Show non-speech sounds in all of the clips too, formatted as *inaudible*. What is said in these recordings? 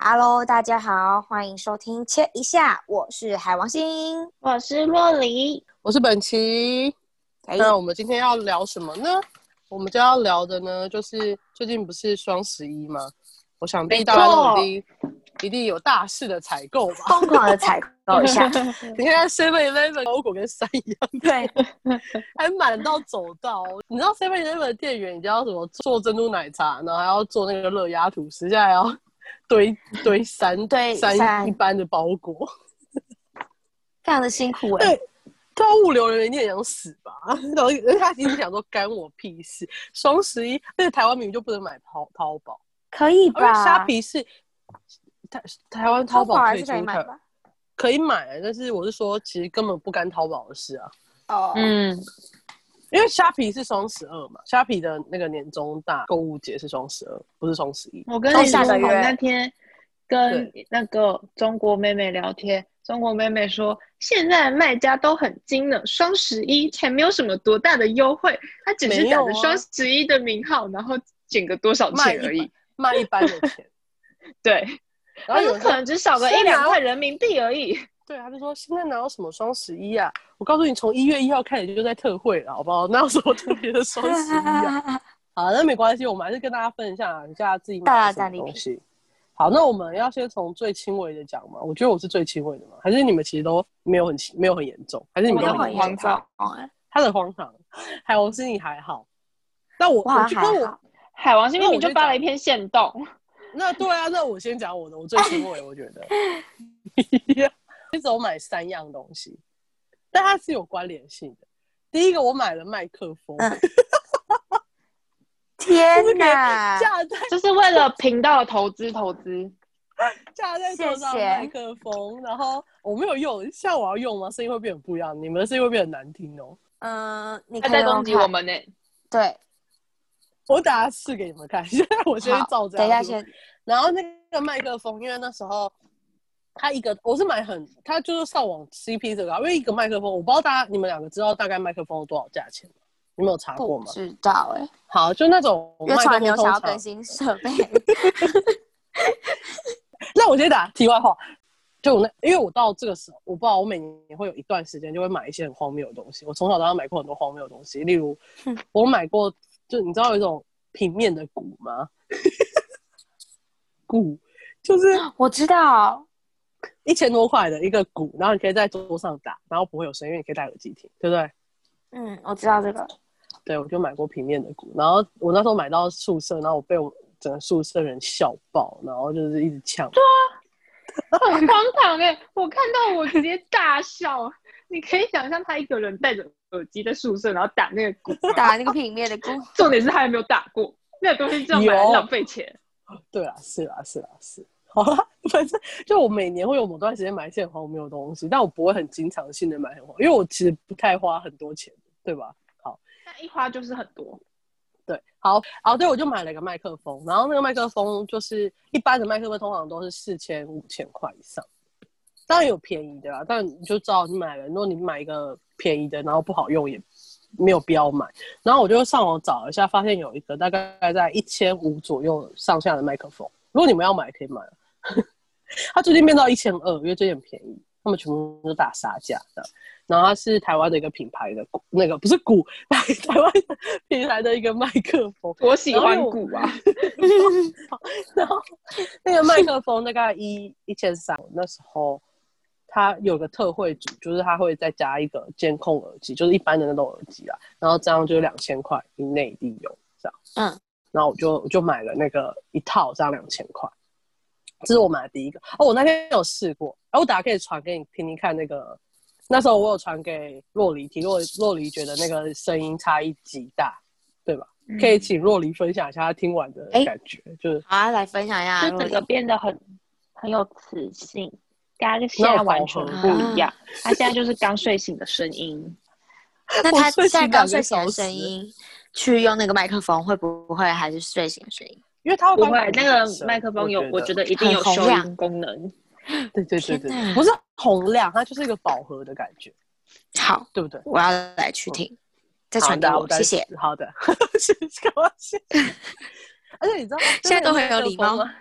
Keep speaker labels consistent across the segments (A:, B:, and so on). A: Hello，大家好，欢迎收听切一下，我是海王星，
B: 我是洛黎，
C: 我是本琪。
A: 可以
C: 那我们今天要聊什么呢？我们就要聊的呢，就是最近不是双十一吗？我想必大家都一定一定有大肆的采购吧。
A: 疯狂的采购一下，
C: 你看 Seven Eleven 包裹跟山一样，
A: 对，
C: 还满到走道。你知道 Seven Eleven 的店员，你知道什么做珍珠奶茶，然后还要做那个热压吐司，现在还要 *laughs* 堆堆山
A: 堆
C: 山
A: 山
C: 一般的包裹，
A: 非常的辛苦哎、
C: 对对啊，物流人员你也想死吧？ *laughs* 然后他其实想说干我屁事。双十一，而且台湾明明就不能买淘淘宝，
A: 可以
C: 而且虾
A: 吧？
C: 皮是台台湾
A: 啊淘
C: 淘
A: 宝
C: 宝
A: 还是
C: 退出
A: 可以买
C: 台
A: 吧？
C: 可以买，啊但是我是说，其实根本不干淘宝的事啊，
A: 哦，
B: 嗯，
C: 因为虾皮是双十二嘛，虾皮的那个年终大购物节是双十二，不是双十一。
B: 我跟
A: 哦
B: 你说，
A: 下个
B: 我
A: 月
B: 那天跟那个中国妹妹聊天，中国妹妹说，现在卖家都很精呢，双十一才没有什么多大的优惠，她只是
C: 没
B: 打
C: 有
B: 着
C: 啊
B: 双十一的名号，然后减个多少
C: 卖
B: 钱而
C: 一
B: 已。
C: 卖一般的
A: *laughs*
C: 钱，
B: 对，
C: 然
B: 她
C: 后有
B: 说
C: 人
B: 哦可
C: 说，
B: 能只少个
C: 虽
B: 一
C: 然
B: 两
C: 我
B: 块人民币而已。
C: 对，啊他就说现在哪有什么双十一啊？我告诉你，从一月一号开始就在特惠了，好不好？ *laughs* 哪有什么特别的双十一啊？好，那没关系，我们还是跟大家分享一下自己买了什么东西。好，那我们要先从最轻微的讲嘛。我觉得我是最轻微的嘛，还是你们其实都没有很轻没有很严重，还是你
A: 我
C: 们
A: 都
C: 都
A: 很
C: 很
A: 严
C: 严
A: 重
C: 重？
A: 哎，
C: 他的荒唐，海王是你还好。那我
A: 我好像
C: 我觉
A: 还
C: 得我
A: 好，
B: 海王星
C: 那
B: 明明
C: 我
B: 就
C: 就
B: 发了
C: 讲
B: 一篇线动，
C: 那对啊，那我先讲我的，我最轻微，我觉
A: *laughs*
C: 得 *laughs* 一直有买三样东西，但它是有关联性的。第一个我买了麦克风，
A: 嗯天哪！
C: 架在
B: 就是为了频道的投资投资。
C: 架在桌上
A: 谢
C: 的
A: 谢
C: 麦克风，然后我没有用，像我要用吗？声音会变得不一样，你们的声音会变得很难听哦。
A: 嗯、你
B: 他
A: 可以
B: 在
A: 用
B: 攻击
A: 看
B: 我，们呢、
A: 对，
C: 我等下试给你们看， *laughs* 现在我先
A: 好
C: 照这
A: 等一下
C: 样录。
A: 先，
C: 然后那个麦克风，因为那时候他一个，我是买很，他就是上网 CP 这个啊，因为一个麦克风，我不知道大家你们两个知道大概麦克风多少价钱吗？你们有查过
A: 不
C: 吗？
A: 知道哎、
C: 好，就那种
A: 因为
C: 麦
A: 从
C: 克
A: 来没
C: 风
A: 有
C: 通
A: 想要
C: 常。
A: 更新设备，
C: 那我先打题外话，就我那，因为我到这个时候，我不知道我每年会有一段时间就会买一些很荒谬的东西。我从小到大买过很多荒谬的东西，例如
A: 嗯
C: 我买过，就你知道有一种平面的鼓吗？ *laughs* 鼓就是
A: 我知道，
C: 一千多块的一个鼓，然后你可以在桌上打，然后不会有声音，因为你可以戴耳机听，对不对？
A: 嗯，我知道这个，
C: 对，我就买过平面的鼓，然后我那时候买到宿舍，然后我被我整个宿舍人笑爆，然后就是一直呛。
B: 很荒唐哎、我看到我直接大笑。你可以想象他一个人戴着耳机在宿舍，然后打那个鼓，
A: 打那个平面的鼓，
B: 重点是他还没有打过，那个东西这样买来
C: 有
B: 浪费钱。
C: 对啦，是啦，是啦，啊是。 *laughs* 好啦，反正就我每年会有某段时间买一些很荒谬的东西，但我不会很经常性的买很荒，因为我其实不太花很多钱，对吧？
B: 那一花就是很多，
C: 对，好，哦，对，我就买了一个麦克风，然后那个麦克风就是一般的麦克风通常都是四千五千块以上，当然有便宜的啦，但你就知道你买了，如果你买一个便宜的，然后不好用也没有必要买。然后我就上网找了一下，发现有一个大概在一千五左右上下的麦克风，如果你们要买也可以买啊， *laughs* 它最近变到一千二，因为最近很便宜，他们全部都打杀价的。然后它是台湾的一个品牌的鼓，那个不是鼓，台 *laughs* 台湾的品牌的一个麦克风，
B: 我喜欢鼓啊！
C: *laughs* 然后那个麦克风大概一一千三，那时候它有个特惠组，就是它会再加一个监控耳机，就是一般的那种耳机啦，然后这样就两千块以内利用这样。
A: 嗯，
C: 然后我就我就买了那个一套，这样两千块。这是我买的第一个哦，我那天有试过，哎、我等下可以传给你听听看那个。那时候我有传给洛黎听，洛洛黎觉得那个声音差异极大，对吧？可以请洛黎分享一下她听完的
A: 哎
C: 感觉，就是
A: 好啊，来分享一下
B: 就
A: 洛
B: 整
A: 丽，
B: 个变得很很有磁性，大家现
C: 那
B: 在
C: 我
B: 完
C: 饱
B: 全
C: 和啊
B: 不一样。他现在就是刚睡醒的声 *laughs* 音，
A: *laughs* 那他
C: 我睡
A: 现在
C: 醒
A: 刚
C: 两
A: 睡
C: 个
A: 醒的
C: 小
A: 声
C: 时
A: 音，去用那个麦克风会不会还是睡醒的声音？
C: 因为它
B: 不
C: 会
B: 会
C: 帮你
B: 那
C: 改
B: 个
C: 声
B: 麦克风有，我觉
C: 得
B: 得一定有
A: 很洪
B: 收
A: 亮
B: 音功能。
C: 对对对
A: 天
C: 对
A: 哪
C: 对，不是洪亮，它就是一个饱和的感觉，
A: 好，
C: 对不对？
A: 我要来去听，再
C: 好
A: 传给
C: 的，
A: 我，
C: 再
A: 谢谢。。
C: 好的， *laughs* 谢谢，干嘛谢谢。而且你知道，
A: 现在都很有
C: 那个
A: 礼貌
C: 麦克风啊。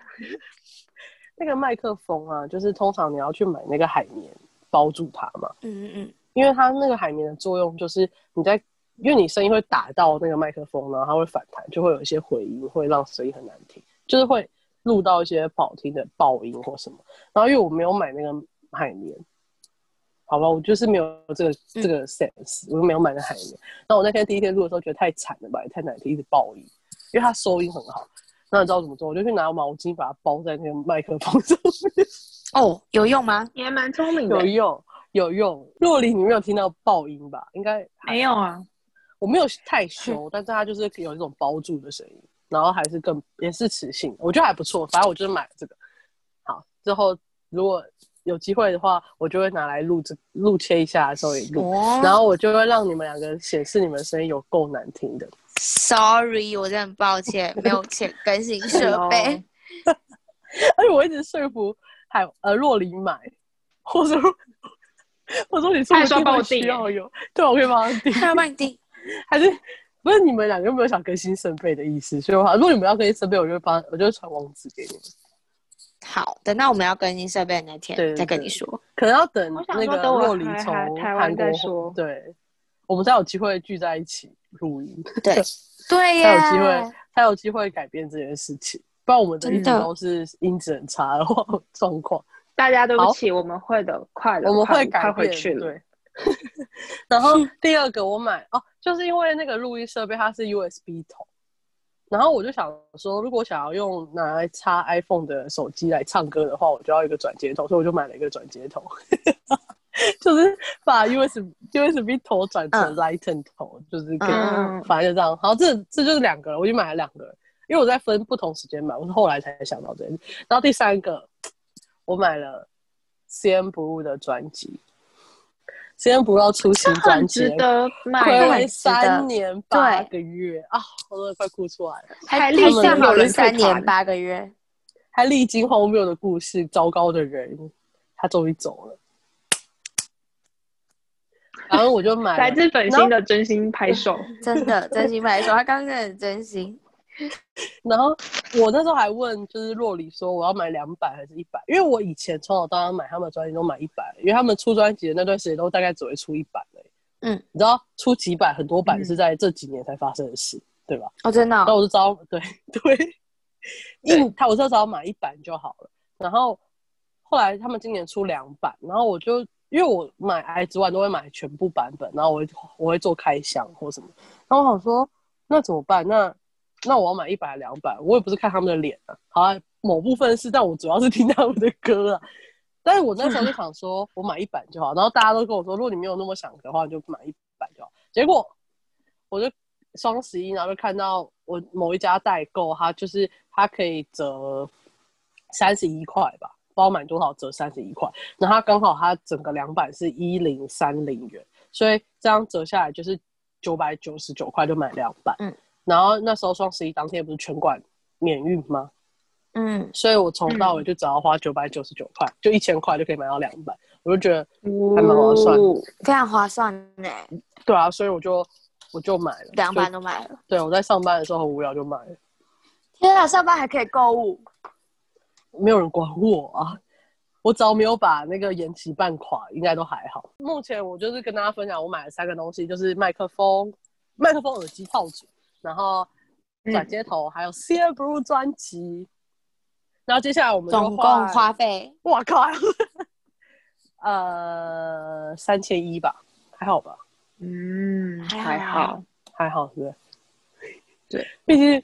C: 那个麦克风啊，就是通常你要去买那个海绵包住它嘛，
A: 嗯嗯嗯，
C: 因为它那个海绵的作用就是你在，因为你声音会打到那个麦克风，然后它会反弹，就会有一些回音，会让声音很难听，就是会录到一些不好听的爆音或什么。然后因为我没有买那个海绵，好吧，我就是没有这个这个 sense，、我就没有买那海绵。那我那天第一天录的时候觉得太惨了吧，也太难听，一直爆音，因为它收音很好。那你知道怎么做？我就去拿毛巾把它包在那个麦克风上面。
A: 哦，有用吗？
B: 你还蛮聪明的
C: 有。用， *laughs* 有用。若琳，你没有听到爆音吧？应该还
B: 没有啊，
C: 我没有太修，但是它就是有一种包住的声音，然后还是更也是磁性，我觉得还不错。反正我就是买了这个。好，之后如果有机会的话，我就会拿来录这录切一下的时候也录，
A: 哦
C: 然后我就会让你们两个显示你们声音有够难听的。
A: ，sorry，我真的很抱歉，没有钱更新设备。 *laughs*
C: 而且我一直说服海呃若琳买，我 *laughs* 说我说你说
B: 他还
C: 不
B: 说
C: 定
B: 帮
C: 会
B: 我订
C: 需
B: 耶
C: 要有，对，我可以帮他
B: *laughs*
C: 订。
A: 他要帮你订，
C: 还是不是你们两个又没有想更新设备的意思？所以我想，如果你们要更新设备，我就会发，我就会传网址给你们。
A: 好，等到我们要更新设备的那
C: 对对
A: 天再跟你
C: *laughs*
A: 说。
C: 可能要等
B: 我想
C: 那
B: 说
C: 个
B: 等我
C: 若离
B: 来
C: 从
B: 台台湾
C: 韩国
B: 再
C: 回
B: 说
C: 对，我们才有机会聚在一起录音，
A: 对，
C: *laughs*
A: 对
C: 才有
A: 呀，
C: 机会，才有机会改变这件事情。不然我们的一直
A: 真的
C: 都是音质很差的 *laughs* 话状况，
B: 大家对不起，我们会的，快了，
C: 我们
B: 快
C: 会
B: 了
C: 改
B: 快
C: 变。
B: 回去了。
C: 对。 *laughs* 然
B: *laughs*
C: 后第二个我买哦，就是因为那个录音设备它是 USB 头，然后我就想说，如果想要用拿来插 iPhone 的手机来唱歌的话，我就要一个转接头，所以我就买了一个转接头， *laughs* 就是把 USB USB 头转成
A: 嗯
C: Lighten 头，就是可以
B: 嗯
C: 反正就这样。好，这这就是两个了，我就买了两个了，因为我在分不同时间买，我是后来才想到这件事。然后第三个，我买了 C N Blue 的专辑，C N Blue 要出新专
B: 很
C: 辑
B: 值
C: 了，
B: 得哎
C: 暌
B: 买
A: 很
C: 违
A: 值得
C: 三年八个月啊，我都快哭出来了。
A: 还
B: 还
A: 立
B: 立
A: 下
B: 下
A: 好
B: 好
A: 人
B: 人
A: 三
B: 三
A: 年
B: 年
A: 八个月，
C: 还历经荒谬的故事，糟糕的人，他终于走了。然后我就买
B: *laughs*
C: 了
B: 来自本心的真心拍手。
A: 真的真心拍手，他刚刚真的很真
C: *laughs*
A: 心。
C: 然后我那时候还问，就是洛里说我要买两百还是一百，因为我以前从小到大买他们的专辑都买一百，因为他们出专辑的那段时间都大概只会出一版而已。
A: 嗯，
C: 你知道出几百很多版是在这几年才发生的事，对吧？
A: 哦，真的
C: 那
A: 哦，
C: 我就找 *laughs* 对对，硬他我就找买一版就好了。然后后来他们今年出两版，然后我就因为我买 i 之外都会买全部版本，然后我会我会做开箱或什么。然后我想说那怎么办？那那我要买一百两百，我也不是看他们的脸啊，好啊，某部分是，但我主要是听他们的歌啊。但是我那时候就想说，我买一版就好，然后大家都跟我说，如果你没有那么想的话，你就买一版就好。结果我就双十一，然后就看到我某一家代购，它就是它可以折三十一块吧，包满多少折三十一块，然后它刚好它整个两版是一零三零元，所以这样折下来就是九百九十九块就买两版。
A: 嗯，
C: 然后那时候双十一当天不是全馆免运吗？
A: 嗯，
C: 所以我从头到尾就只要花九百九十九块，就一千块就可以买到两版，我就觉得 *laughs* 还蛮划算的
B: 哦
A: 非常划算呢，
C: 对啊，所以我就我就买了
A: 两
C: 就
A: 版都买了。
C: 对，我在上班的时候很无聊就买了，
A: 天啊，上班还可以购物，
C: 没有人管我啊。我只要没有把那个延期办垮，应该都还好。目前我就是跟大家分享，我买了三个东西，就是麦克风、麦克风耳机套组，然后
A: 嗯
C: 转接头，还有 C N Blue 专辑。然后接下来我们就
A: 总
C: 换
A: 共花费 *laughs*
C: 我靠， *laughs* 呃，三千一吧，还好吧，
B: 嗯，
A: 还
B: 还
A: 好
B: 好。
C: 还好是不是？
B: 对，
C: 毕竟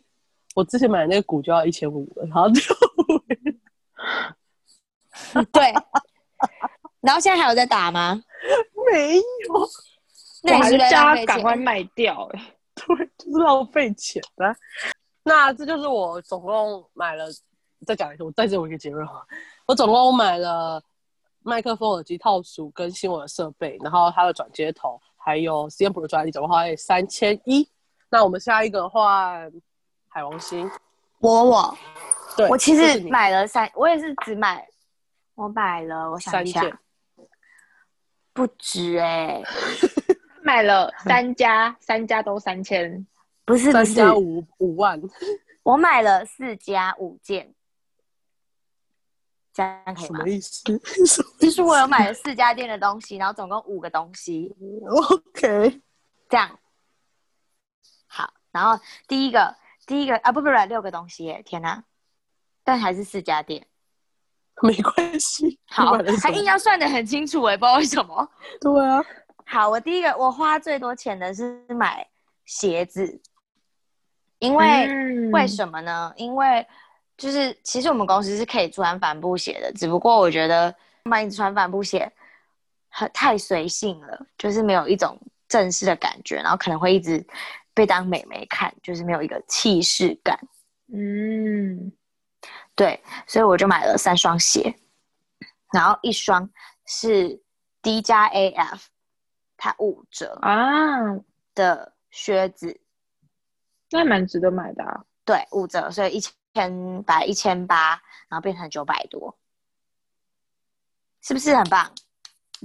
C: 我之前买的那个股就要一千五了，然后就 *laughs*
A: 对。然后现在还有在打吗？
C: 没有，
A: 那
B: 我
A: 你
B: 还
A: 是
B: 是
A: 不是在
B: 叫
A: 浪
B: 他
A: 费
B: 赶快
A: 钱？
B: 卖掉、哎，
C: 对，就是 *laughs* 浪费钱啊。那这就是我总共买了，再讲一次，我再做一个结论哈，我总共买了麦克风、耳机套组跟新闻的设备，然后还有转接头，还有 C M 的专利，总共花费三千一。那我们下一个换海王星。
A: 我我
C: 对，
A: 我其
C: 就是
A: 实
C: 你
A: 买了三，我也是只买，我买了，我想
C: 三
A: 一下，
C: 件，
A: 不止哎、*laughs*
B: 买了三家，三家都三千，
A: 不是不
C: 三
A: 是，
C: 加五五万，
A: 我买了四加五件，这样可以
C: 什
A: 吗
C: 么？意思
A: 就是
C: *laughs*
A: 我有买了四家店的东西，然后总共五个东西，
C: ？OK，
A: 这样。好，然后第一个，第一个啊，不不不，六个东西耶，天哪！但还是四家店，
C: 没关系。
A: 好
C: 你买了，什
A: 还
C: 么
A: 硬要算的很清楚哎，不知道为什
C: *laughs*
A: 么。
C: 对啊，
A: 好，我第一个我花最多钱的是买鞋子，因为、
B: 嗯
A: 为什么呢？因为就是其实我们公司是可以穿帆布鞋的，只不过我觉得买你穿帆布鞋很太随性了，就是没有一种正式的感觉，然后可能会一直被当美眉看，就是没有一个气势感。
B: 嗯，
A: 对，所以我就买了三双鞋，然后一双是 D 加 AF，它五折
B: 啊，
A: 的靴子，
B: 那还蛮值得买的啊。
A: 对，五折，所以一千百一千八，然后变成九百多，是不是很棒？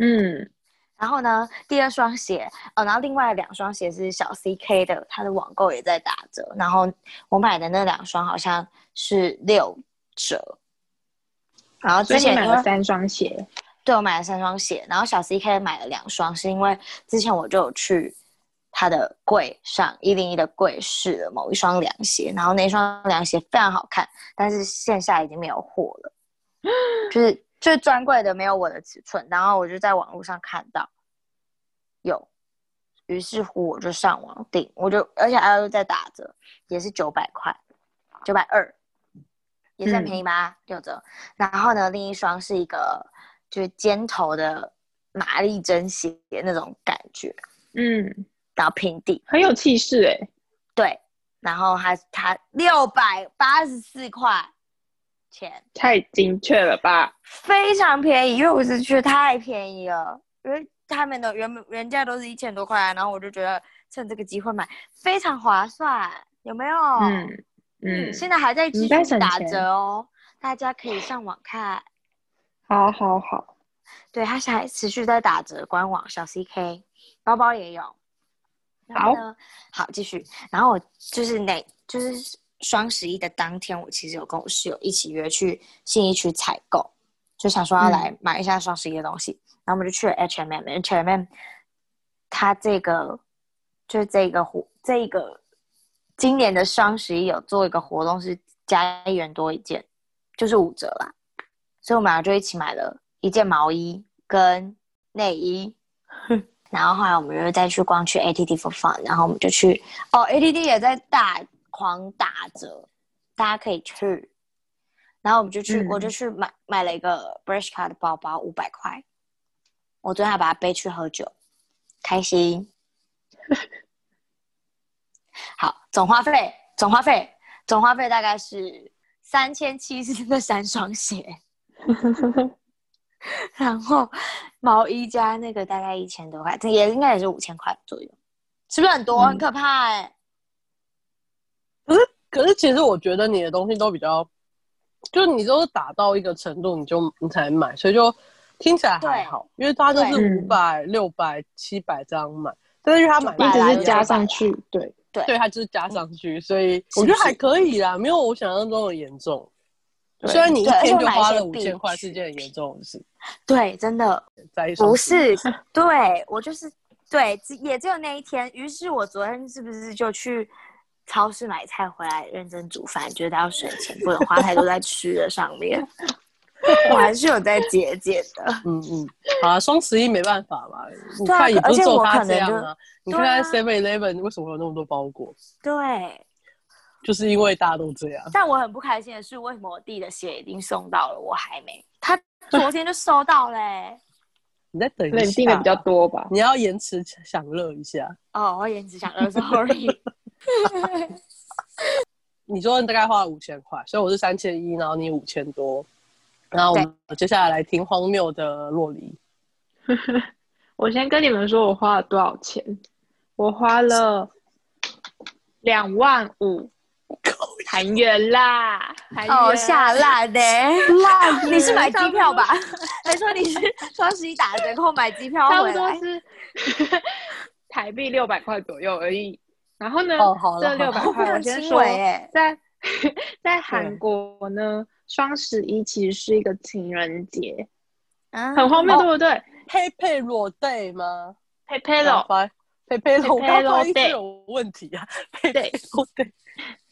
B: 嗯，
A: 然后呢，第二双鞋，哦，然后另外两双鞋是小 CK 的，它的网购也在打折。然后我买的那两双好像是六折。然后
B: 所
A: 之
B: 以
A: 前
B: 你买
A: 因为
B: 了三双鞋。
A: 对我买了三双鞋，然后小 CK 买了两双，是因为之前我就有去他的柜上一零一的柜试了某一双凉鞋，然后那双凉鞋非常好看，但是线下已经没有货了，就是就是专柜的没有我的尺寸，然后我就在网络上看到有，于是乎我就上网订，我就而且还有在打折，也是九百块，九百二，也是很便宜吧，六折。然后呢，另一双是一个就是尖头的玛丽珍鞋那种感觉，
B: 嗯，
A: 然后平底
B: 很有气势哎、
A: 对，然后它它六百八十四块钱，
B: 太精确了吧？
A: 非常便宜，因为我是觉得太便宜了，因为他们的原本原价都是一千多块啊，然后我就觉得趁这个机会买，非常划算，有没有？
B: 嗯嗯
A: 哦嗯，，现在还在继
B: 你在
A: 续
B: 省
A: 打
B: 钱
A: 折哦，大家可以上网看。
B: 好好好，
A: 对，它现在持续在打折，官网小 CK 包包也有。然后呢，好继续。然后我就是那，就是双十一的当天，我其实有跟我室友一起约去信义区采购，就想说要来买一下双十一的东西。然后我们就去了 H&M，H&M 它这个就是这个活这个今年的双十一有做一个活动是加一元多一件，就是五折啦。所以我们俩就一起买了一件毛衣跟内衣，然后后来我们又再去逛去 ATT for fun，然后我们就去哦 ATT 也在大狂打折，大家可以去。然后我们就去，
B: 嗯
A: 我就去买买了一个 Bershka 的包包，五百块。我昨天还把它背去喝酒，开心。好，总花费，总花费，总花费大概是三千七是那三双鞋，然后毛衣加那个大概一千多块，这也应该也是五千块左右，是不是很多？
B: 嗯
A: 很可怕哎、
C: 可是其实我觉得你的东西都比较，就是你都是打到一个程度，你就你才买，所以就听起来还好，因为他就是
B: 对
C: 五百、六百、七百这样买，但是因为他买
A: 就
B: 你
A: 百
B: 只
A: 来
B: 是
A: 就
B: 加
A: 百
B: 上
A: 来
B: 去，对，
C: 对他就是加上去，所以
A: 是
C: 我
A: 不
C: 觉得
A: 是
C: 还可以啦，没有我想象中的严重。
B: 对
C: 虽然你一
A: 对而且
C: 天
A: 我
C: 就
A: 买一
C: 花
A: 些
C: 了五
A: 必
C: 千块，
A: 需
C: 是件很严重的事。
A: 对，真的
C: 在一双
A: 不
C: 鞋
A: 是，对我就是对，只也只有那一天。于是我昨天是不是就去超市买菜回来，认真煮饭，觉得要省钱，不能花太多在吃的上面。 *laughs* 我还是有在节俭的，
C: 嗯嗯，好啊，双十一没办法嘛，你
A: 对啊
C: 看也不
A: 而
C: 是
A: 且
C: 只有
A: 我
C: 他
A: 可
C: 这
A: 能
C: 样
A: 就
C: 啊。你
A: 对
C: 看
A: 啊
C: Seven Eleven 为什么有那么多包裹，
A: 对。
C: 就是因为大家都这样。
A: 但我很不开心的是，为什么我弟的鞋已经送到了，我还没？他昨天就收到欸嘞、
C: 你再等一下，
B: 那你订的比较多吧？
C: 你要延迟享乐一下。
A: 哦，我颜值想二 *laughs* sorry。
C: 你说你大概花了五千块，所以我是三千一，然后你五千多，然后我们接下来来听荒谬的洛梨。
B: 我先跟你们说，我花了多少钱？我花了两万五韩元啦，韩元
A: 哦，下烂的、烂！ *laughs* 你是买机票吧
B: 差？
A: 还说 *laughs* 你是双十一打折后买机票
B: 差不
A: 回
B: 多
A: 来？
B: 是台币六百块左右而已。然后呢，
C: 哦好了
A: 哎
B: 这六百
A: 好
B: 块我
A: 像
B: 先
A: 轻
B: 说，
A: 微哎，
B: 在在韩国呢，双十一其实是一个情人节，
A: 啊
B: 很荒谬，
C: 哦
B: 对不对？
C: 佩佩裸 day 吗？
B: 佩佩
C: 刚
B: 喽，
C: 发佩佩裸，我
B: 佩佩
C: 刚
B: 裸
C: 发音是
B: day
C: 有问题啊，佩
B: 对
C: 佩裸 day，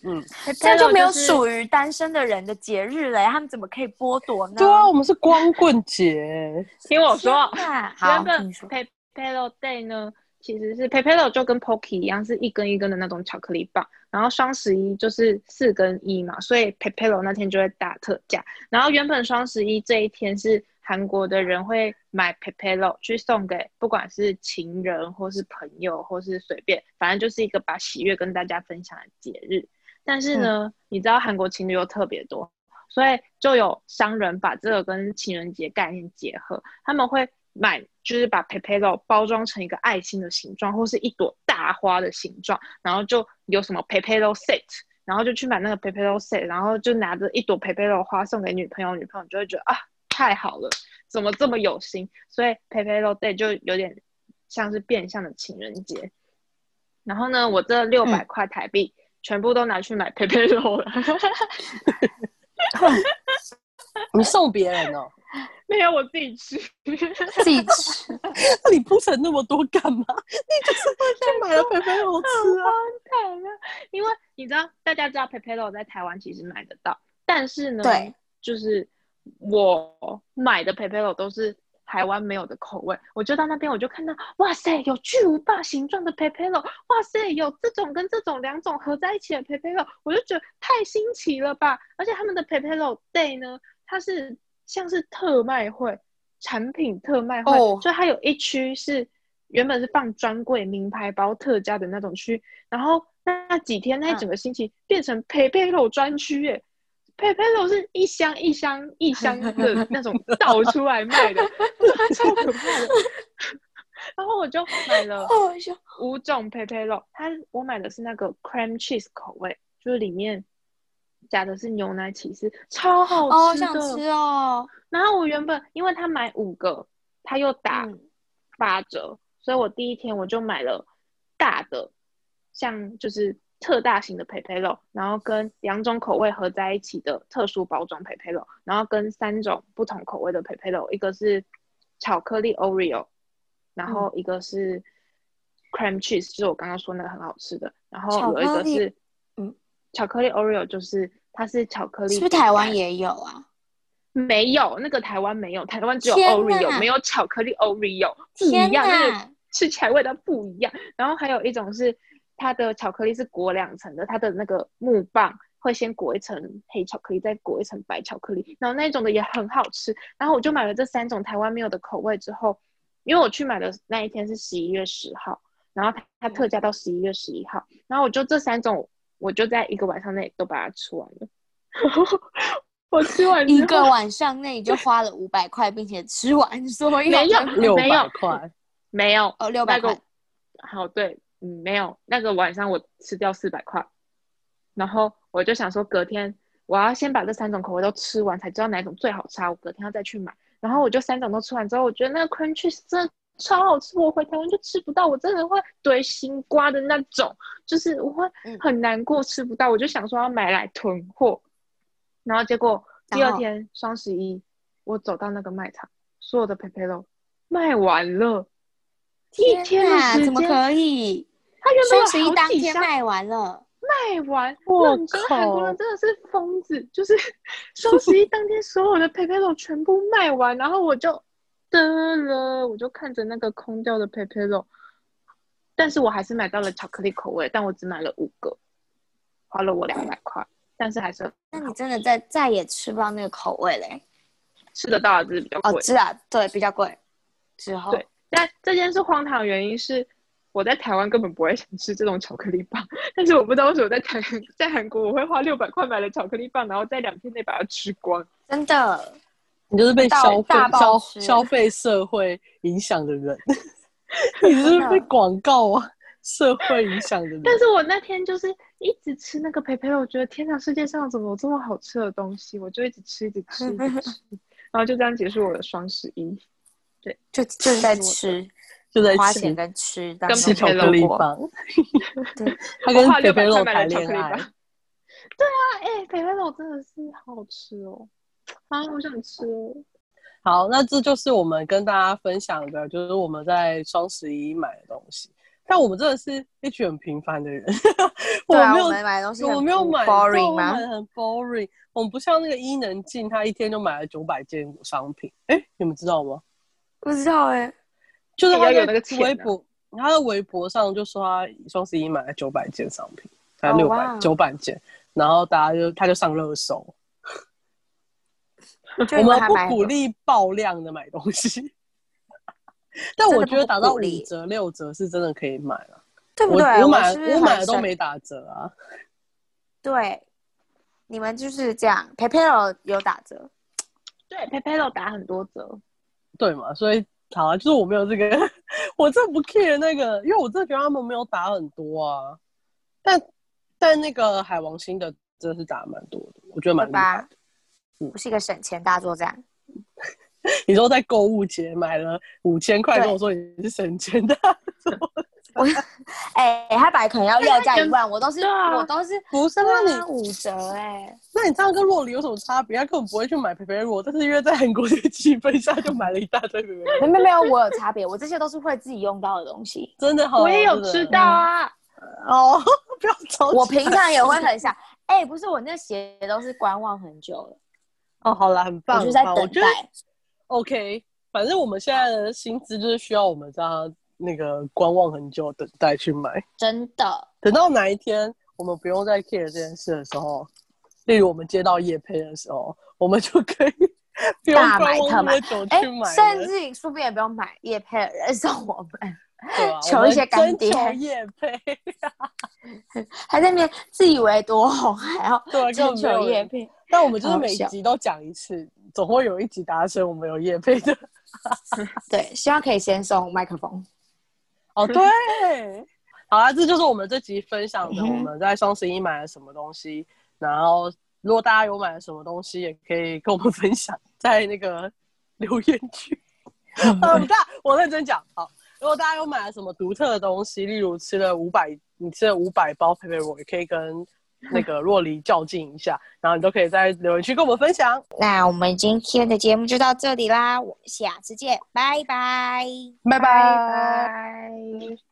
C: 嗯，
A: 这样就没有
B: 是
A: 属于单身的人的节日了，欸他们怎么可以剥夺呢？
C: 对啊，我们是光棍节，
B: 听我说，
A: 天哪
B: 原
A: 好，
B: 本
A: 你说
B: p e p e l o Day 呢，其实是 p e p e l o 就跟 Pocky 一样，是一根一根的那种巧克力棒。然后双十一就是四跟一嘛，所以 p e p e l o 那天就会打特价。然后原本双十一这一天是韩国的人会买 p e p e l o 去送给不管是情人或是朋友或是随便，反正就是一个把喜悦跟大家分享的节日。但是呢，
A: 嗯
B: 你知道韩国情侣又特别多，所以就有商人把这个跟情人节概念结合，他们会买，就是把 p e p e l o 包装成一个爱心的形状，或是一朵大花的形状，然后就有什么 p e p e l o set，然后就去买那个 p e p e l o set，然后就拿着一朵 p e p e l o 花送给女朋友，女朋友就会觉得啊，太好了，怎么这么有心？所以 p e p e l o day 就有点像是变相的情人节。然后呢，我这六百块台币、全部都拿去买 p e p e l o 了。
C: 你送别人哦， *laughs*
B: *laughs* 没有，我自己吃。
A: 自己吃，
C: 那你铺陈那么多干嘛？ *laughs* 你就是先买了佩佩裸吃啊，
B: 惨了，因为你知道，大家知道 p e p e l o 在台湾其实买得到，但是呢，
A: 对，
B: 就是我买的 p e p e l o 都是台湾没有的口味。我就到那边，我就看到，哇塞，有巨无霸形状的 p e p e l o 哇塞，有这种跟这种两种合在一起的 p e p e l o 我就觉得太新奇了吧！而且他们的 p e p e l o Day 呢，它是像是特卖会，产品特卖会，
A: 哦
B: 就它有一区是原本是放专柜名牌包特价的那种区，然后那几天那一
A: 嗯
B: 整个星期变成 p e p e l o 专区耶。p e p e l o 是一箱一箱一箱的那种倒出来
A: *laughs*
B: 卖的，超可怕的。然后我就买了
A: 好笑。
B: 五种 p e p e l o 它我买的是那个 cream cheese 口味，就是里面加的是牛奶起司，超好
A: 哦，
B: 吃的。
A: 想吃哦，
B: 然后我原本因为他买五个，他又打
A: 嗯
B: 八折，所以我第一天我就买了大的，像就是特大型的 p e p e l o 然后跟两种口味合在一起的特殊包装 p e p e l o 然后跟三种不同口味的 p e p e l o 一个是巧克力 Oreo，然后
A: 嗯
B: 一个是 cream cheese，就是我刚刚说那个很好吃的，然后有一
A: 巧克
B: 个
A: 力
B: 是
A: 嗯
B: 巧克力 Oreo，就是它是巧克力
A: 是不是台
B: 饼干
A: 湾也有啊？
B: 没有，那个台湾没有，台湾只有
A: 天
B: Oreo，
A: 哪
B: 没有巧克力 Oreo，不一
A: 天
B: 样，那
A: 哪
B: 个！吃起来味道不一样。然后还有一种是它的巧克力是裹两层的，它的那个木棒会先裹一层黑巧克力，再裹一层白巧克力，然后那一种的也很好吃。然后我就买了这三种台湾没有的口味之后，因为我去买的那一天是十一月十号，然后它它特价到十一月十一号，然后我就这三种，我就在一个晚上内都把它吃完了。 *laughs* 我吃 *laughs* 完之
A: 一
B: 后
A: 个晚上内就花了五百块，并且吃完所有
B: 没有
C: 六
B: 没有
C: 百块，
B: 没有
A: 哦六
B: 那
A: 百
B: 个
A: 块，
B: 好，对，嗯，没有。那个晚上我吃掉四百块，然后我就想说，隔天我要先把这三种口味都吃完，才知道哪一种最好吃啊。我隔天要再去买。然后我就三种都吃完之后，我觉得那个 cream cheese 真的超好吃，我回台湾就吃不到，我真的会堆心瓜的那种，就是我会
A: 嗯
B: 很难过吃不到。我就想说要买来囤货，然后结果第
A: 然
B: 二
A: 后
B: 天双十一，我走到那个卖场，所有的 p e p e l o 卖完了。一天的
A: 哪
B: 时
A: 怎么
B: 间，
A: 可以？
B: 他原本有
A: 双十一当
B: 好几
A: 天
B: 箱
A: 卖完了，
B: 卖完，
C: 我
B: 认真韩国人真的是疯子，就是 *laughs* 双十一当天所有的 p e p e l o 全部卖完，然后我就得了，我就看着那个空掉的 p e p e l o 但是我还是买到了巧克力口味，但我只买了五个，花了我两百块，但是还是
A: 那你真的再再也吃不到那个口味嘞？
B: 吃得到的，只是比较贵。
A: 哦，是啊，对，比较贵。之后
B: 对但这件事荒唐的原因是，我在台湾根本不会想吃这种巧克力棒，但是我不知道为什么在台 *laughs* 在韩国我会花六百块买了巧克力棒，然后在两天内把它吃光。
A: 真的
C: 你就是被
A: 大
C: 消费
A: 大暴
C: 消
A: 吃
C: 消费社会影响的
A: *laughs*
C: 人，你就是被广告啊社会影响的人。
B: 但是我那天就是一直吃那个培培，我觉得天哪，世界上怎么有这么好吃的东西？我就一直吃，一直吃，一直 *laughs* 吃，然后就这样结束我的双十一。
A: 就就是在吃，
C: 就在
A: 花
C: 吃
A: 钱跟吃当
B: 跟
A: 中
C: 吃巧克力棒， *laughs*
A: 对，
C: 他跟
B: 花
C: 佩
B: 六
C: 佩
B: 百块
C: 肉谈
B: 买了巧
C: 恋
B: 克力棒。对
C: 爱，
B: 啊，哎、培培肉真的是好好吃哦。啊，好想吃哦。
C: 好，那这就是我们跟大家分享的，就是我们在双十一买的东西。但我们真的是一群很平凡的人， *laughs* 我
A: 对啊，
C: 没
A: 我
C: 有
A: 们买东西很
C: 我没有买
A: boring
C: 吗？
A: 吗？
C: 很 boring。我们不像那个伊能静，她一天就买了九百件商品。哎、你们知道吗？
A: 不知道
B: *laughs*
A: 哎、
C: 就是
B: 要
C: 她
B: 有
C: 在
B: 那个钱啊
C: 微博，她在微博上就说她双十一买了九百件商品，还
A: 哦
C: 有六百
A: 哇
C: 九百件，然后大家就她就上热搜。
A: 就
C: 我
A: 因为
C: 们
A: 他
C: 不
A: 买很
C: 鼓
A: 多，
C: 励爆量的买东
A: *laughs*
C: 西，但
A: 真的
C: 我觉得
A: 不
C: 打到
A: 鼓
C: 五
A: 励
C: 折六折是真的可以买了。
A: 对不
C: 我
A: 对？
C: 我买
A: 是不是
C: 我买
A: 很
C: 的都
A: 神
C: 没打折啊。
A: 对，你们就是这样。p a p e r 有打折，
B: 对 p a p e l o 打很多折，
C: 对嘛，所以好啊，就是我没有这个， *laughs* 我真的不 care 那个，因为我真的觉得他们没有打很多啊。但但那个海王星的真的是打得蛮多的，我觉得蛮
A: 对
C: 厉害
A: 吧？嗯我是一个省钱大作战，
C: 你说在购物节买了五千块，
A: 对
C: 跟我说你是省钱的，
A: 我哎、他本来可能要要价
B: 原
A: 一万，我都是、
B: 对啊
A: 我都是
C: 不是啊那你
A: 哇五折哎、
C: 那你这样跟洛梨有什么差别？他根本不会去买培培洛，但是因为在韩国这个气氛下，就买了一大堆培培洛，
A: 没没没有，我有差别，我这些都是会自己用到的东西。嗯
C: 真的好。
B: 我也有吃
C: 真的
B: 到啊。
C: 哦， *laughs* 不要吵起来。
A: 我平常也会很 *laughs* 想，哎、不是我那鞋都是观望很久了，
C: 哦，好了，很棒，
A: 我就在
C: 很棒我
A: 等
C: 觉得
A: 待。
C: OK，反正我们现在的薪资就是需要我们这样那个观望很久，等待去买。
A: 真的，
C: 等到哪一天我们不用再 care 这件事的时候，例如我们接到业配的时候，我们就可以不用
A: 大买
C: 观望
A: 特
C: 那
A: 买
C: 么久
A: 哎、
C: 去买了，
A: 甚至说不定也不用买叶配的人送我们，
C: 对吧
A: 求
C: 我们
A: 一些干
C: 征
A: 爹
C: 求业配。
A: 还在那边自以为多红，还要
C: 对啊，根
A: *laughs* 征
C: 本没
A: 求
C: 有
A: 叶
C: 人。
A: 配。
C: 但我们就是
A: 好
C: 每
A: 笑
C: 集都讲一次，总会有一集达成我们有业配的。
A: 对，希望可以先送麦克 *laughs* 风。
C: 哦，对， *laughs* 好啦，这就是我们这集分享的，
A: 嗯哼
C: 我们在双十一买了什么东西。然后，如果大家有买了什么东西，也可以跟我们分享在那个留言区。 *laughs* 啊，不大，我认真讲。好，如果大家有买了什么独特的东西，例如吃了五百，你吃了五百包佩佩罗，也可以跟那个若离较劲一下，然后你都可以在留言区跟我们分享。
A: 那我们今天的节目就到这里啦，我们下次见，拜拜。
B: 拜
C: 拜
B: 拜。